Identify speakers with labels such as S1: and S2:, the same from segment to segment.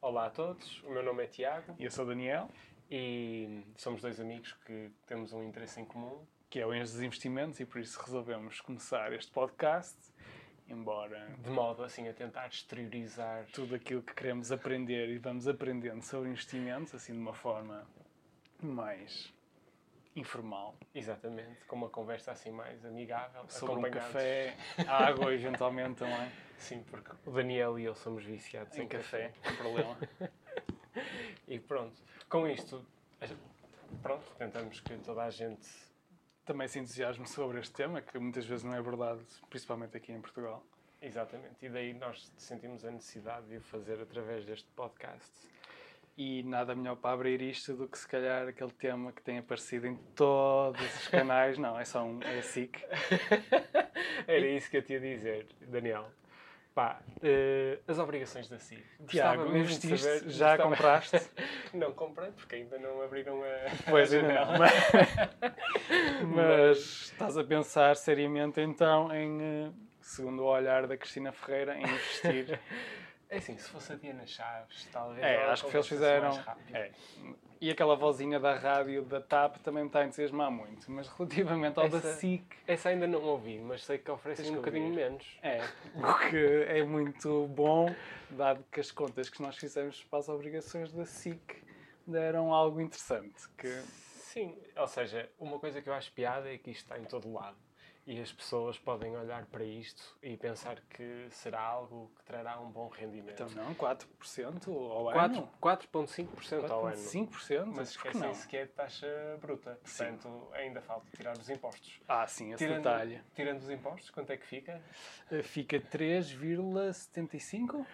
S1: Olá a todos, o meu nome é Tiago
S2: E eu sou o Daniel,
S1: e somos dois amigos que temos um interesse em comum.
S2: que é o Engenho dos Investimentos, e por isso resolvemos começar este podcast, embora
S1: De modo assim a tentar exteriorizar
S2: tudo aquilo que queremos aprender e vamos aprendendo sobre investimentos, assim de uma forma mais informal,
S1: exatamente com uma conversa assim mais amigável,
S2: sobre um
S1: acompanhados- Ah,
S2: café, água eventualmente é? também,
S1: Sim, porque o Daniel e eu somos viciados em,
S2: sem café, sem problema.
S1: E pronto, com isto, a- pronto, tentamos que toda a gente.
S2: Também se entusiasmo sobre este tema, que muitas vezes não é abordado, principalmente aqui em Portugal.
S1: Exatamente, e daí nós sentimos a necessidade de o fazer através deste podcast.
S2: E nada melhor para abrir isto do que se calhar aquele tema que tem aparecido em todos os canais. Não, é só um, é SIC.
S1: Era isso que eu te ia dizer, Daniel. Pá, eh, as obrigações da SIC. Gostava
S2: Tiago,
S1: mesmo de
S2: investiste?
S1: saber-
S2: já
S1: gostava-
S2: compraste?
S1: Não comprei, porque ainda não abriram a,
S2: Pois
S1: a
S2: ainda
S1: janela.
S2: não. Mas, mas estás a pensar seriamente então em, eh, segundo o olhar da Cristina Ferreira, em investir.
S1: É assim, se fosse a Diana Chaves, talvez.
S2: É,
S1: ela
S2: acho que eles
S1: conversasse
S2: fizeram.
S1: mais rápido.
S2: é. E aquela vozinha da rádio da TAP também me está a entusiasmar muito, mas relativamente ao da
S1: Essa-
S2: SIC.
S1: Essa ainda não ouvi, mas sei que oferecem
S2: Tens
S1: um
S2: que
S1: bocadinho
S2: ouvir.
S1: menos.
S2: É, o que é muito bom, dado que as contas que nós fizemos para as obrigações da SIC deram algo interessante. Que
S1: Sim, ou seja, uma coisa que eu acho piada é que isto está em todo lado. E as pessoas podem olhar para isto e pensar que será algo que trará um bom rendimento.
S2: então não, 4% ao
S1: Quatro-
S2: ano?
S1: 4,5% ao ano.
S2: 4,5%?
S1: Mas
S2: Por que não?
S1: esquecem-se que é taxa bruta.
S2: Sim.
S1: Portanto, ainda falta tirar os impostos.
S2: Ah, sim, esse
S1: Tirando,
S2: detalhe.
S1: tirando os impostos, quanto é que fica?
S2: Eh, Fica 3,75%?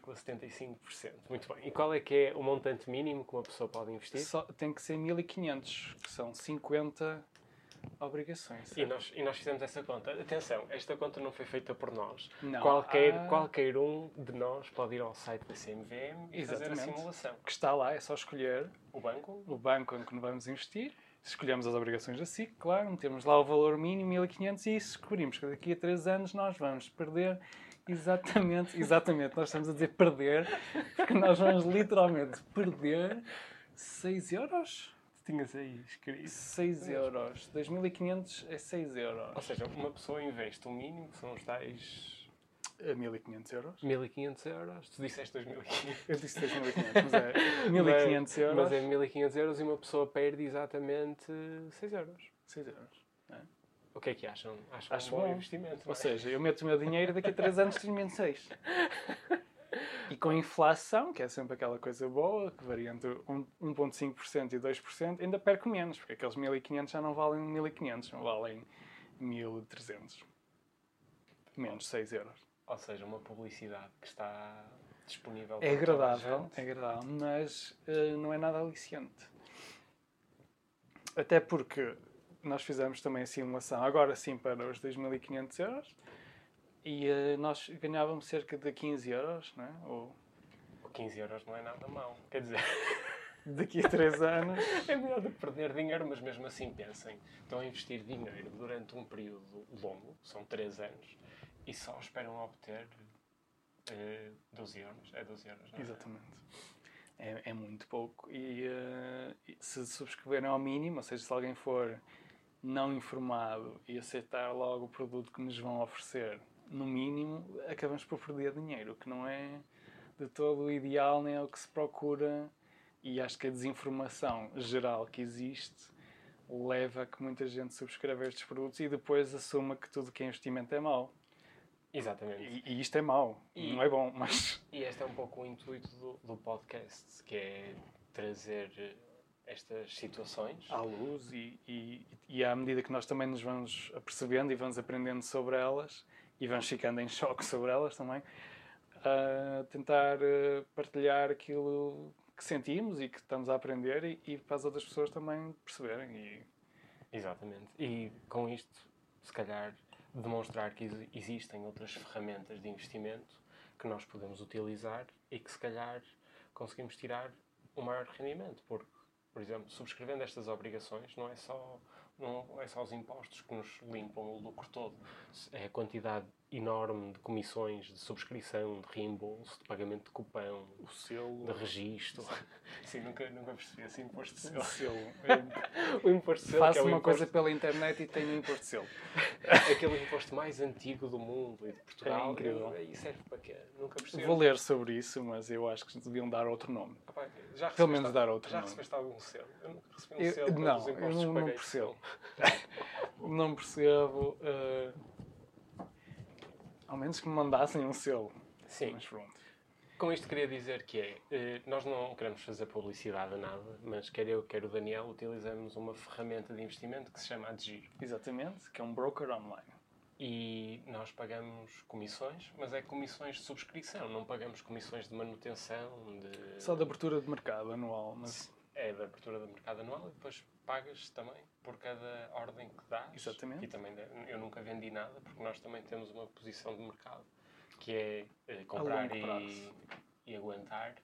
S1: 3,75%. Muito bem. E qual é que é o montante mínimo que uma pessoa pode investir?
S2: Só- Tem que ser 1.500, que são 50 obrigações.
S1: E nós, e nós fizemos essa conta. Atenção, esta conta não foi feita por nós.
S2: Não.
S1: Qualquer,
S2: Ah.
S1: qualquer um de nós pode ir ao site da CMVM e fazer a
S2: Exatamente.
S1: simulação.
S2: Que está lá, é só escolher
S1: O banco,
S2: o banco em que não vamos investir, escolhemos as obrigações da SIC, claro, metemos lá o valor mínimo, 1500, e descobrimos que daqui a 3 anos nós vamos perder exatamente, exatamente, nós estamos a dizer perder, porque nós vamos literalmente perder 6 euros?
S1: tinhas aí escrito.
S2: 6 euros. 2500 é 6
S1: Ou
S2: euros.
S1: seja, uma pessoa investe o mínimo, que são os tais
S2: É 1500 euros?
S1: 1.500 euros. Tu disseste 2.500.
S2: Eu disse 2500, mas é 1500 euros.
S1: Mas é 1.500 euros e uma pessoa perde exatamente 6 euros.
S2: 6 euros.
S1: O que é que acham? Acho, Acho
S2: Acho
S1: um bom,
S2: bom.
S1: investimento. não
S2: Ou
S1: é?
S2: seja, eu meto o meu dinheiro e daqui a 3 anos tenho menos 6. E com a inflação, que é sempre aquela coisa boa, que varia entre um- 1,5% e 2%, ainda perco menos, porque aqueles 1.500 já não valem 1.500, não valem 1.300. Menos 6 euros.
S1: Ou seja, uma publicidade que está disponível
S2: É
S1: para toda a
S2: agradável,
S1: gente.
S2: é agradável, mas eh, não é nada aliciante. Até porque nós fizemos também a simulação, agora sim, para os 2.500 euros, e eh, nós ganhávamos cerca de 15 euros, não é? Ou
S1: O 15 euros não é nada mau. Quer dizer,
S2: daqui a 3 anos.
S1: é melhor do que perder dinheiro, mas mesmo assim pensem. Estão a investir dinheiro durante um período longo, são 3 anos, e só esperam obter eh, 12 euros. É 12 euros, não é?
S2: Exatamente. É, é muito pouco. E eh, e se subscreverem ao mínimo, ou seja, se alguém for não informado e aceitar logo o produto que nos vão oferecer, no mínimo, acabamos por perder dinheiro, o que não é de todo o ideal, nem é o que se procura. E acho que a desinformação geral que existe leva a que muita gente subscreva estes produtos e depois assuma que tudo que é investimento é mau.
S1: Exatamente.
S2: E, e isto é mau,
S1: E-
S2: não é bom, mas.
S1: E este é um pouco o intuito do, do podcast, que é trazer eh, estas situações.
S2: à luz e, e, e à medida que nós também nos vamos apercebendo e vamos aprendendo sobre elas e vamos ficando em choque sobre elas também, a tentar eh, partilhar aquilo que sentimos e que estamos a aprender e, e para as outras pessoas também perceberem. E
S1: Exatamente. E com isto, se calhar, demonstrar que exi- existem outras ferramentas de investimento que nós podemos utilizar e que, se calhar, conseguimos tirar o maior rendimento. Porque, por exemplo, subscrevendo estas obrigações, não é só não é só os impostos que nos limpam o lucro todo. É a quantidade enorme de comissões, de subscrição, de reembolso, de pagamento de cupão,
S2: O selo.
S1: de registro. Sim, nunca, nunca percebi esse imposto de
S2: O
S1: selo.
S2: selo.
S1: O imposto de selo que é
S2: Faço
S1: o
S2: uma
S1: imposto
S2: coisa pela internet e tenho um imposto de selo.
S1: É aquele imposto mais antigo do mundo e de Portugal.
S2: É incrível.
S1: Eu- E serve para quê? Nunca percebi.
S2: Vou ler sobre isso, mas eu acho que deviam dar outro nome.
S1: Opa, já
S2: Pelo
S1: recebeste
S2: menos
S1: al-
S2: dar outro
S1: Já
S2: nome.
S1: recebeste algum selo? Eu nunca recebi um
S2: Eu-
S1: selo pelos
S2: não, eu
S1: impostos que
S2: não, não
S1: paguei.
S2: percebo. não percebo. eh, ao menos que me mandassem um selo.
S1: Sim.
S2: Mas pronto.
S1: Com isto queria dizer que é, eh, nós não queremos fazer publicidade a nada, mas quer eu, quer o Daniel, utilizamos uma ferramenta de investimento que se chama Adgiro.
S2: Exatamente, que é um broker online.
S1: E nós pagamos comissões, mas é comissões de subscrição, não pagamos comissões de manutenção, de...
S2: Só de abertura de mercado anual, mas
S1: É da abertura do mercado anual e depois pagas também por cada ordem que dás.
S2: Exatamente.
S1: E também de- eu nunca vendi nada porque nós também temos uma posição de mercado que é eh, comprar
S2: longo
S1: e,
S2: prazo.
S1: e aguentar.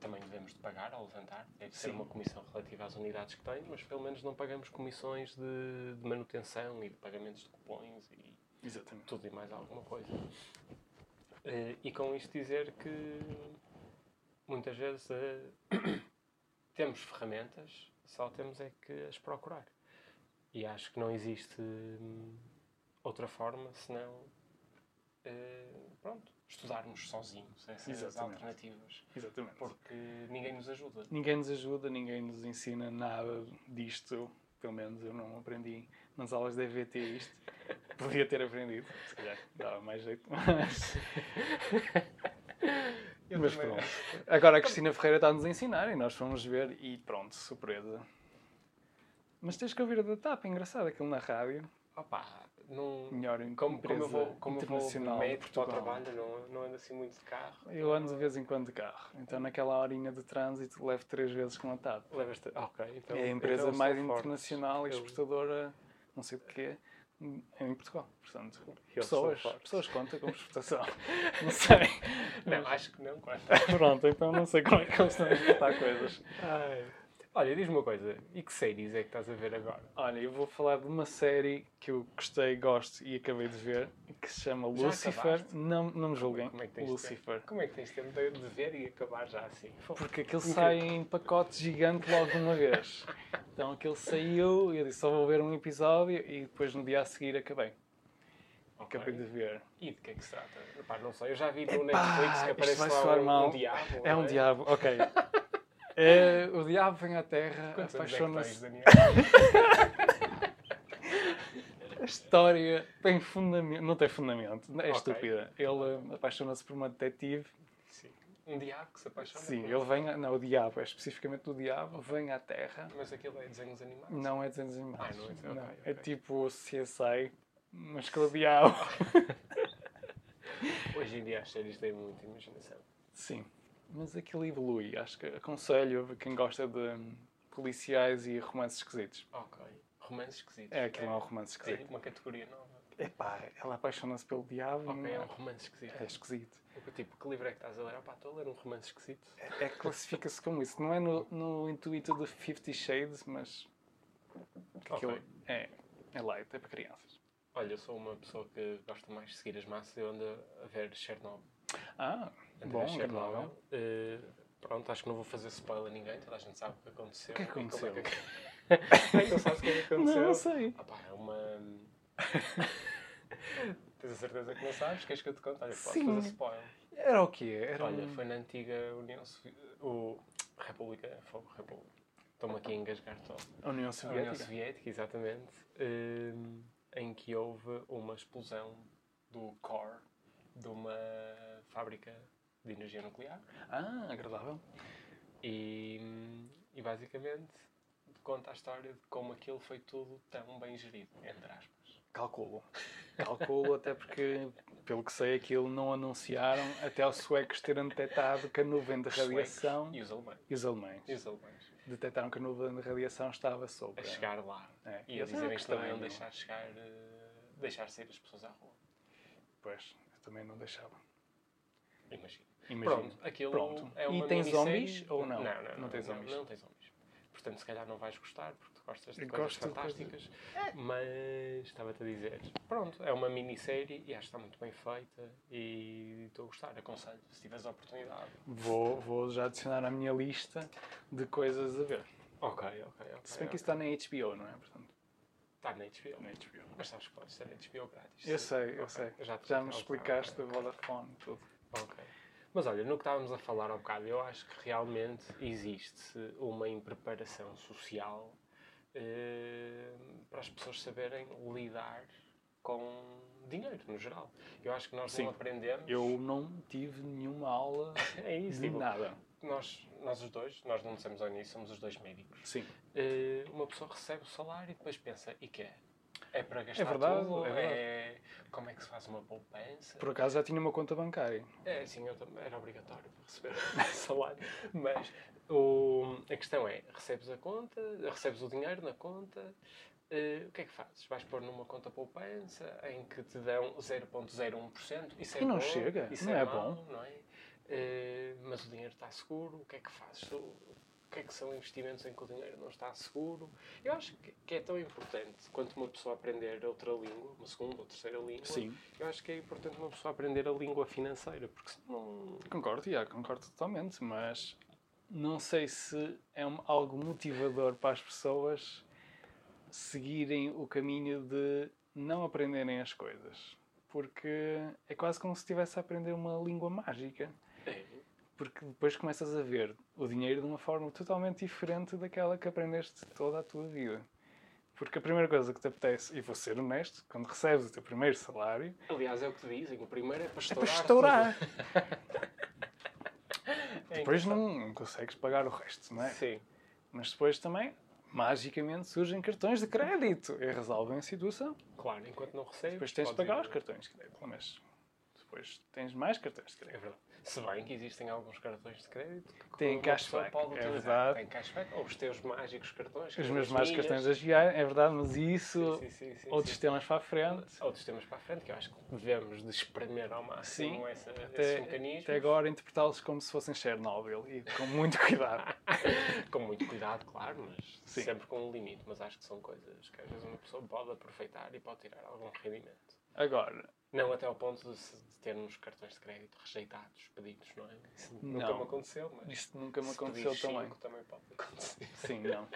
S1: Também devemos de pagar ao levantar. Deve ser
S2: Sim.
S1: uma comissão relativa às unidades que tem, mas pelo menos não pagamos comissões de, de manutenção e de pagamentos de cupons e
S2: exatamente.
S1: tudo e mais alguma coisa. Eh, e com isto dizer que muitas vezes eh, temos ferramentas, só temos é que as procurar. E acho que não existe hum, outra forma senão eh, pronto, estudarmos sozinhos essas
S2: Exatamente.
S1: alternativas.
S2: exatamente.
S1: Porque ninguém nos ajuda.
S2: Ninguém nos ajuda, ninguém nos ensina nada disto. Pelo menos eu não aprendi nas aulas da EVT isto. Podia ter aprendido, se calhar dava mais jeito. Mas, mas pronto. Agora a Cristina Ferreira está-nos a ensinar e nós fomos ver e pronto, surpresa. Mas tens que ouvir a da TAP, é engraçado aquilo na rádio.
S1: Opa, não,
S2: Melhor em
S1: como, como eu
S2: empresa
S1: vou, como eu vou de
S2: internacional de
S1: metro para o
S2: Portugal.
S1: trabalho, não, não ando assim muito de carro.
S2: Eu ando de vez em quando de carro. Então naquela horinha de trânsito levo três vezes com a TAP.
S1: Levas-te. Ok, então.
S2: é a empresa
S1: então
S2: mais
S1: estou forte.
S2: internacional e
S1: Eu-
S2: exportadora, não sei de quê, em Portugal. Portanto,
S1: Eu sou
S2: pessoas,
S1: forte.
S2: pessoas conta como exportação. não sei.
S1: Não, acho que não, claro.
S2: Pronto, então não sei como é que eles estão a exportar coisas.
S1: Ai. Olha, diz-me uma coisa. E que séries é que estás a ver agora?
S2: Olha, eu vou falar de uma série que eu gostei, gosto e acabei de ver, que se chama
S1: Já
S2: Lucifer.
S1: acabaste?
S2: Não, não me julguem.
S1: Como é que tens
S2: Lucifer.
S1: tempo? Como é que tens tempo de de ver e acabar já assim?
S2: Porque aquilo sai em pacote gigante logo de uma vez. Então aquilo saiu e eu disse só vou ver um episódio e depois no dia a seguir acabei.
S1: Ok.
S2: Acabei de ver.
S1: E de que é que se trata? Pá, não sei. Eu já vi no
S2: Epá,
S1: Netflix que
S2: isto
S1: aparece
S2: vai
S1: lá
S2: soar
S1: um,
S2: mal.
S1: um diabo.
S2: É
S1: não
S2: um diabo, ok. É, o diabo vem à Terra,
S1: Quantos anos é que tens,
S2: apaixona-se.
S1: Daniel?
S2: A história tem fundamento. Não tem fundamento,
S1: Ok.
S2: é estúpida. Ele eh, apaixona-se por uma detetive.
S1: Sim. Um diabo que se apaixona
S2: Sim,
S1: por-
S2: ele vem. A... Não, o diabo, é especificamente o diabo, vem à Terra.
S1: Mas aquilo é desenhos animais?
S2: Não é desenhos animados.
S1: Ah, não é desenhos- ok,
S2: É
S1: ok.
S2: tipo CSI, mas com o diabo.
S1: Hoje em dia as séries têm muita imaginação.
S2: Sim, mas aquilo evolui. Acho que aconselho a quem gosta de hum, policiais e romances esquisitos.
S1: Ok. Romances esquisitos.
S2: É, aquilo é um romance
S1: Tem
S2: esquisito.
S1: uma categoria nova.
S2: É, Epá, ela apaixona-se pelo diabo.
S1: Ok, é um
S2: não
S1: romance esquisito.
S2: É, É esquisito.
S1: Eu, Tipo, que livro é que estás a ler? Opá, estou a ler um romance esquisito.
S2: É, é que classifica-se como isso. Não é no, no intuito de Fifty Shades, mas aquilo
S1: Ok.
S2: é, é light, é para crianças.
S1: Olha, eu sou uma pessoa que gosta mais de seguir as massas. Eu ando a ver Chernobyl.
S2: Ah,
S1: Ando a
S2: bom,
S1: ver
S2: agradável.
S1: Eh, pronto, acho que não vou fazer spoiler a ninguém. Toda a gente sabe o que aconteceu.
S2: O que é
S1: e como
S2: que
S1: é que- Ai, não sabes o que é que aconteceu?
S2: Não sei.
S1: Ah pá, é uma... Tens a certeza que não sabes? Queres que eu te conte? Olha, posso
S2: Sim.
S1: fazer spoiler.
S2: Era o quê? Era
S1: Olha,
S2: um-
S1: foi na antiga União Soviética... O... República... Foi República. Estou-me aqui a engasgar todo. A
S2: a União
S1: União
S2: Soviética.
S1: Soviética, exatamente, hum, em que houve uma explosão do core de uma fábrica de energia nuclear
S2: Ah, agradável.
S1: e, hum, e basicamente conta a história de como aquilo foi tudo tão bem gerido, entre aspas.
S2: Calculo. Calculo, até porque, pelo que sei, aquilo não anunciaram até os suecos terem detectado que a nuvem de
S1: Os suecos
S2: radiação.
S1: E os alemães.
S2: E os alemães.
S1: E os alemães.
S2: Detectaram que a nuvem de radiação estava
S1: A
S2: sobre.
S1: chegar lá.
S2: É.
S1: E a
S2: Eles, ah,
S1: dizerem
S2: que
S1: que também
S2: estranho.
S1: iam deixar chegar... eh, deixar sair as pessoas à rua.
S2: Pois, eu também não deixava.
S1: Imagino.
S2: Imagina.
S1: Pronto, aquilo
S2: Pronto.
S1: é uma
S2: E tem
S1: minissérie-
S2: zombies ou não?
S1: Não, não,
S2: Não tem zombies.
S1: Não, tem zombies. Portanto, se calhar não vais gostar, porque tu gostas de
S2: Eu
S1: coisas
S2: gosto de coisas-
S1: fantásticas. Mas estava-te a dizer, pronto, é uma minissérie e acho que está muito bem feita e estou a gostar, aconselho, se tiveres a oportunidade.
S2: Vou, vou já adicionar à minha lista de coisas a ver.
S1: Ok, ok, ok.
S2: Se bem que isso está na HBO, não é? Portanto,
S1: Está na HBO.
S2: na HBO.
S1: Mas sabes que pode ser HBO grátis.
S2: Eu
S1: sim.
S2: sei, eu
S1: Ok,
S2: sei.
S1: Já, te
S2: Já me
S1: contei.
S2: explicaste
S1: Ok,
S2: o Vodafone e tudo.
S1: Ok. Mas olha, no que estávamos a falar há bocado, eu acho que realmente existe uma impreparação social eh, para as pessoas saberem lidar com dinheiro, no geral. Eu acho que nós
S2: Sim.
S1: não aprendemos.
S2: Eu não tive nenhuma aula
S1: É isso,
S2: de
S1: tipo,
S2: nada.
S1: nós, nós os dois, nós não dissemos ao início, somos os dois médicos.
S2: Sim.
S1: Eh, uma pessoa recebe o salário e depois pensa, e que é? É para gastar
S2: verdade,
S1: tudo?
S2: é verdade.
S1: É- Como é que se faz uma poupança?
S2: Por acaso já tinha uma conta bancária.
S1: É, sim, eu também era obrigatório para receber o salário. Mas o, a questão é, recebes a conta, recebes o dinheiro na conta, eh, o que é que fazes? Vais pôr numa conta poupança em que te dão 0,01%, isso é
S2: E não
S1: bom,
S2: chega,
S1: isso
S2: não é
S1: mau,
S2: bom.
S1: não é? Eh, mas o dinheiro está seguro, o que é que fazes? Tu- O que é que são investimentos em que o dinheiro não está seguro? Eu acho que- que é tão importante quanto uma pessoa aprender outra língua, uma segunda ou terceira língua,
S2: Sim.
S1: eu acho que é importante uma pessoa aprender a língua financeira, porque senão.
S2: Concordo, já, concordo totalmente, mas não sei se é um- algo motivador para as pessoas seguirem o caminho de não aprenderem as coisas. Porque é quase como se estivesse a aprender uma língua mágica. Porque depois começas a ver o dinheiro de uma forma totalmente diferente daquela que aprendeste toda a tua vida. Porque a primeira coisa que te apetece, e vou ser honesto, quando recebes o teu primeiro salário,
S1: Aliás, é o que te dizem: o primeiro é para
S2: é para
S1: estourar.
S2: estourar.
S1: tudo. É
S2: Depois
S1: engraçado.
S2: não, não consegues pagar o resto, não é?
S1: Sim.
S2: Mas depois também, magicamente, surgem cartões de crédito e resolvem a situação.
S1: Claro, enquanto não recebes.
S2: Depois tens de
S1: podes
S2: pagar
S1: ir-
S2: os cartões de crédito, mas depois tens mais cartões de
S1: É
S2: crédito.
S1: verdade. Se bem que existem alguns cartões de crédito que
S2: Tem
S1: uma pessoa
S2: cashback,
S1: pode
S2: é
S1: utilizar.
S2: verdade.
S1: Tem cashback. Ou os teus mágicos cartões.
S2: Os meus
S1: das
S2: mais
S1: milhas.
S2: cartões das viagens, é verdade, mas isso,
S1: Sim, sim, sim, sim,
S2: outros
S1: sim.
S2: temas para a frente.
S1: Outros temas para a frente, que eu acho que devemos de espremer ao máximo
S2: Sim,
S1: essa, esses
S2: Até,
S1: mecanismos.
S2: até agora interpretá-los como se fossem Chernobyl e com muito cuidado.
S1: com muito cuidado, claro, mas
S2: Sim.
S1: sempre com um limite. Mas acho que são coisas que às vezes uma pessoa pode aproveitar e pode tirar algum rendimento.
S2: Agora,
S1: Não até ao ponto de, se- de termos cartões de crédito rejeitados, pedidos, não é? Isso nunca
S2: Não.
S1: me aconteceu, mas.
S2: isto nunca me
S1: se
S2: aconteceu
S1: pedires
S2: também.
S1: cinco, também pode acontecer.
S2: Sim, não.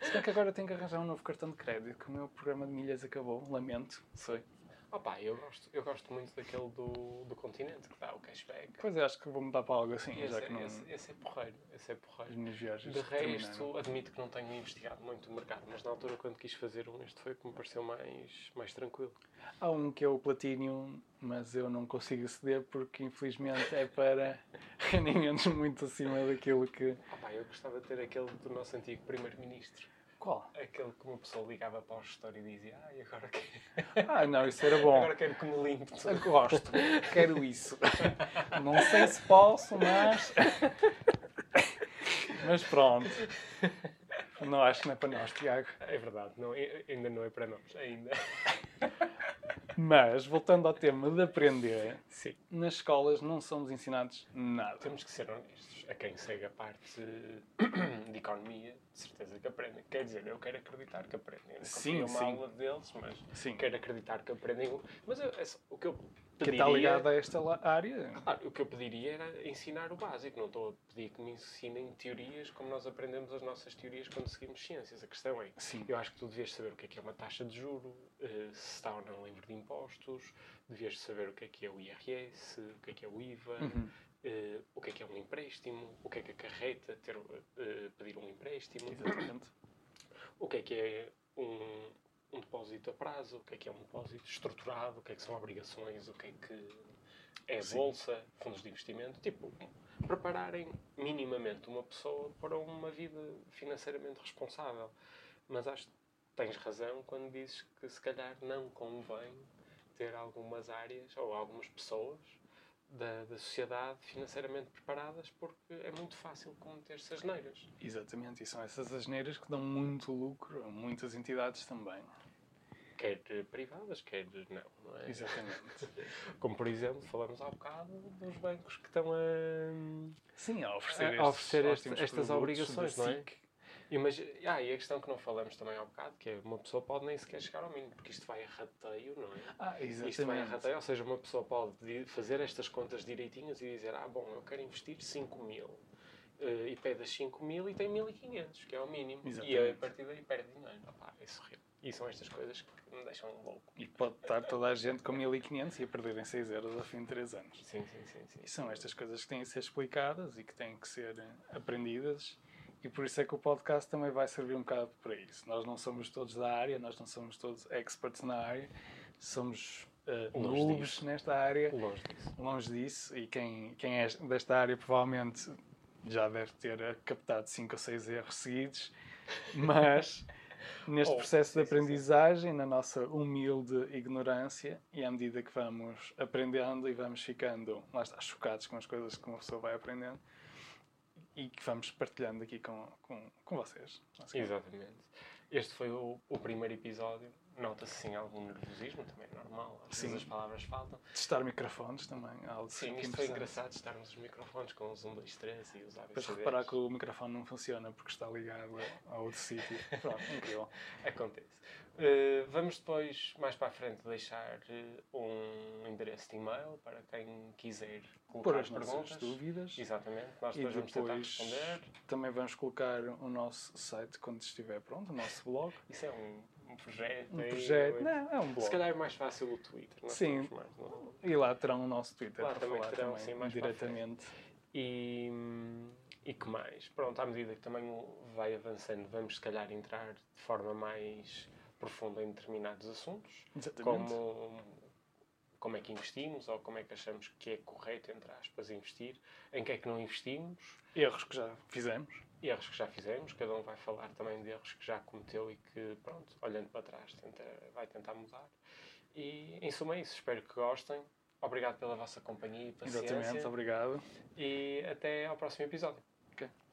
S2: Se bem que agora tenho que arranjar um novo cartão de crédito, que o meu programa de milhas acabou. Lamento, sei.
S1: Opa, eu gosto, eu gosto muito daquele do, do continente que dá o cashback.
S2: Pois é, acho que vou mudar para algo assim,
S1: Esse,
S2: já que não.
S1: esse, esse é porreiro, esse é
S2: As
S1: porreiro.
S2: minhas viagens
S1: De
S2: terminaram.
S1: resto, admito que não é tenho investigado muito o mercado, mas na altura quando quis fazer um, este foi o que me pareceu mais, mais tranquilo.
S2: Há um que é o Platinum, mas eu não consigo aceder porque infelizmente é para rendimentos muito acima daquilo que.
S1: Ah pá, eu gostava de ter aquele do nosso antigo primeiro-ministro.
S2: Qual?
S1: Aquele que uma pessoa ligava para o gestor e dizia Ai, agora quero,
S2: Ah, não, isso era bom.
S1: agora quero que me limpe
S2: Eu
S1: tudo.
S2: gosto, quero isso. Não sei se posso, mas. Mas pronto. Não acho que não é para nós, Tiago.
S1: É verdade, não, é- ainda não é para nós. Ainda.
S2: Mas, voltando ao tema de aprender,
S1: Sim.
S2: nas escolas não somos ensinados nada.
S1: Temos que ser honestos. A quem segue a parte de economia, de certeza que aprendem. Quer dizer, eu quero acreditar que aprendem. Eu não
S2: Sim,
S1: confio uma
S2: sim.
S1: aula deles, mas
S2: Sim.
S1: quero acreditar que aprendem. o- Mas eu- é só- o que eu
S2: Que
S1: pediria...
S2: está ligado a esta la- área?
S1: Claro, o que eu pediria era ensinar o básico. Não estou a pedir que me ensinem teorias como nós aprendemos as nossas teorias quando seguimos ciências. A questão é,
S2: Sim.
S1: eu acho que tu devias saber o que é que é uma taxa de juro, eh, se está ou não livre de impostos, devias saber o que é que é o IRS, o que é que é o IVA,
S2: Uhum.
S1: eh, o que é que é um empréstimo, o que é que acarreta ter, eh, pedir um empréstimo,
S2: Exatamente.
S1: o que é que é um, um depósito a prazo, o que é que é um depósito estruturado, o que é que são obrigações, o que é que é
S2: Sim.
S1: bolsa, fundos de investimento, tipo, prepararem minimamente uma pessoa para uma vida financeiramente responsável. Mas acho que tens razão quando dizes que se calhar não convém ter algumas áreas ou algumas pessoas da, da sociedade financeiramente preparadas porque é muito fácil cometer-se asneiras.
S2: Exatamente, e são essas asneiras que dão muito lucro a muitas entidades também.
S1: Quer eh, privadas, quer não, não é?
S2: Exatamente.
S1: Como, por exemplo, falamos há bocado dos bancos que estão a,
S2: Sim, a
S1: a
S2: oferecer,
S1: oferecer
S2: estes
S1: este-
S2: ótimos
S1: estas
S2: produtos da
S1: obrigações, não é?
S2: SIC,
S1: E, mas, ah, e a questão que não falamos também há bocado, que é uma pessoa pode nem sequer chegar ao mínimo, porque isto vai a rateio, não é?
S2: Ah,
S1: Isto vai a rateio, ou seja, uma pessoa pode di- fazer estas contas direitinhas e dizer, ah, bom, eu quero investir 5 mil. eh, e pede as 5 mil e tem 1.500, que é o mínimo. E a
S2: Exatamente.
S1: partir daí perde dinheiro. Opá, é surreal. E são estas coisas que me deixam louco.
S2: E pode estar toda a gente com 1500 e a perderem 6 euros ao fim de 3 anos.
S1: Sim, sim, sim. sim.
S2: E são estas coisas que têm que ser explicadas e que têm que ser eh, aprendidas. E por isso é que o podcast também vai servir um bocado para isso. Nós não somos todos da área, nós não somos todos experts na área, somos eh,
S1: Longe
S2: noobs
S1: disso.
S2: nesta área,
S1: Longe disso.
S2: longe disso. E quem, quem é desta área provavelmente já deve ter eh, captado 5 ou 6 erros seguidos, mas neste
S1: Oh,
S2: processo
S1: sim, sim,
S2: de
S1: sim.
S2: aprendizagem, na nossa humilde ignorância, e à medida que vamos aprendendo e vamos ficando, lá está, chocados com as coisas que uma pessoa vai aprendendo, e que vamos partilhando aqui com, com, com vocês. basicamente.
S1: Exatamente. Este foi o, o primeiro episódio. Nota-se sim algum nervosismo, também é normal. Às
S2: Sim.
S1: vezes as palavras faltam.
S2: Testar microfones também, é algo
S1: Sim,
S2: sempre
S1: isto foi
S2: interessante.
S1: engraçado estarmos os microfones com os 1, 2, 3 e os
S2: Depois
S1: ABCDs.
S2: reparar que o microfone não funciona porque está ligado a outro sítio. Pronto, incrível.
S1: Acontece. Eh, vamos depois, mais para a frente, deixar eh, um endereço de e-mail para quem quiser colocar
S2: Pôr as nossas
S1: perguntas.
S2: dúvidas.
S1: Exatamente. Nós
S2: E
S1: depois, vamos tentar
S2: depois-
S1: responder.
S2: Também vamos colocar o nosso site quando estiver pronto, o nosso blog.
S1: Isso é um, um projeto.
S2: Um
S1: aí,
S2: projeto.
S1: não é?
S2: Não, é um
S1: Se
S2: blog.
S1: calhar é mais fácil o Twitter. nós
S2: Sim.
S1: somos mais, não- é?
S2: E lá terão o nosso Twitter
S1: Lá
S2: para
S1: também
S2: falar
S1: terão,
S2: também
S1: sim, mais para a
S2: diretamente.
S1: E, e que mais? Pronto, à medida que também o- vai avançando, vamos se calhar entrar de forma mais profunda em determinados assuntos,
S2: Exatamente.
S1: como como é que investimos ou como é que achamos que é correto, entre aspas, investir, em que é que não investimos,
S2: Erros que já fizemos.
S1: erros que já fizemos, cada um vai falar também de erros que já cometeu e que, pronto, olhando para trás, tenta, vai tentar mudar. E, em suma, é isso. Espero que gostem. Obrigado pela vossa companhia e paciência.
S2: Exatamente, obrigado.
S1: E até ao próximo episódio.
S2: Ok.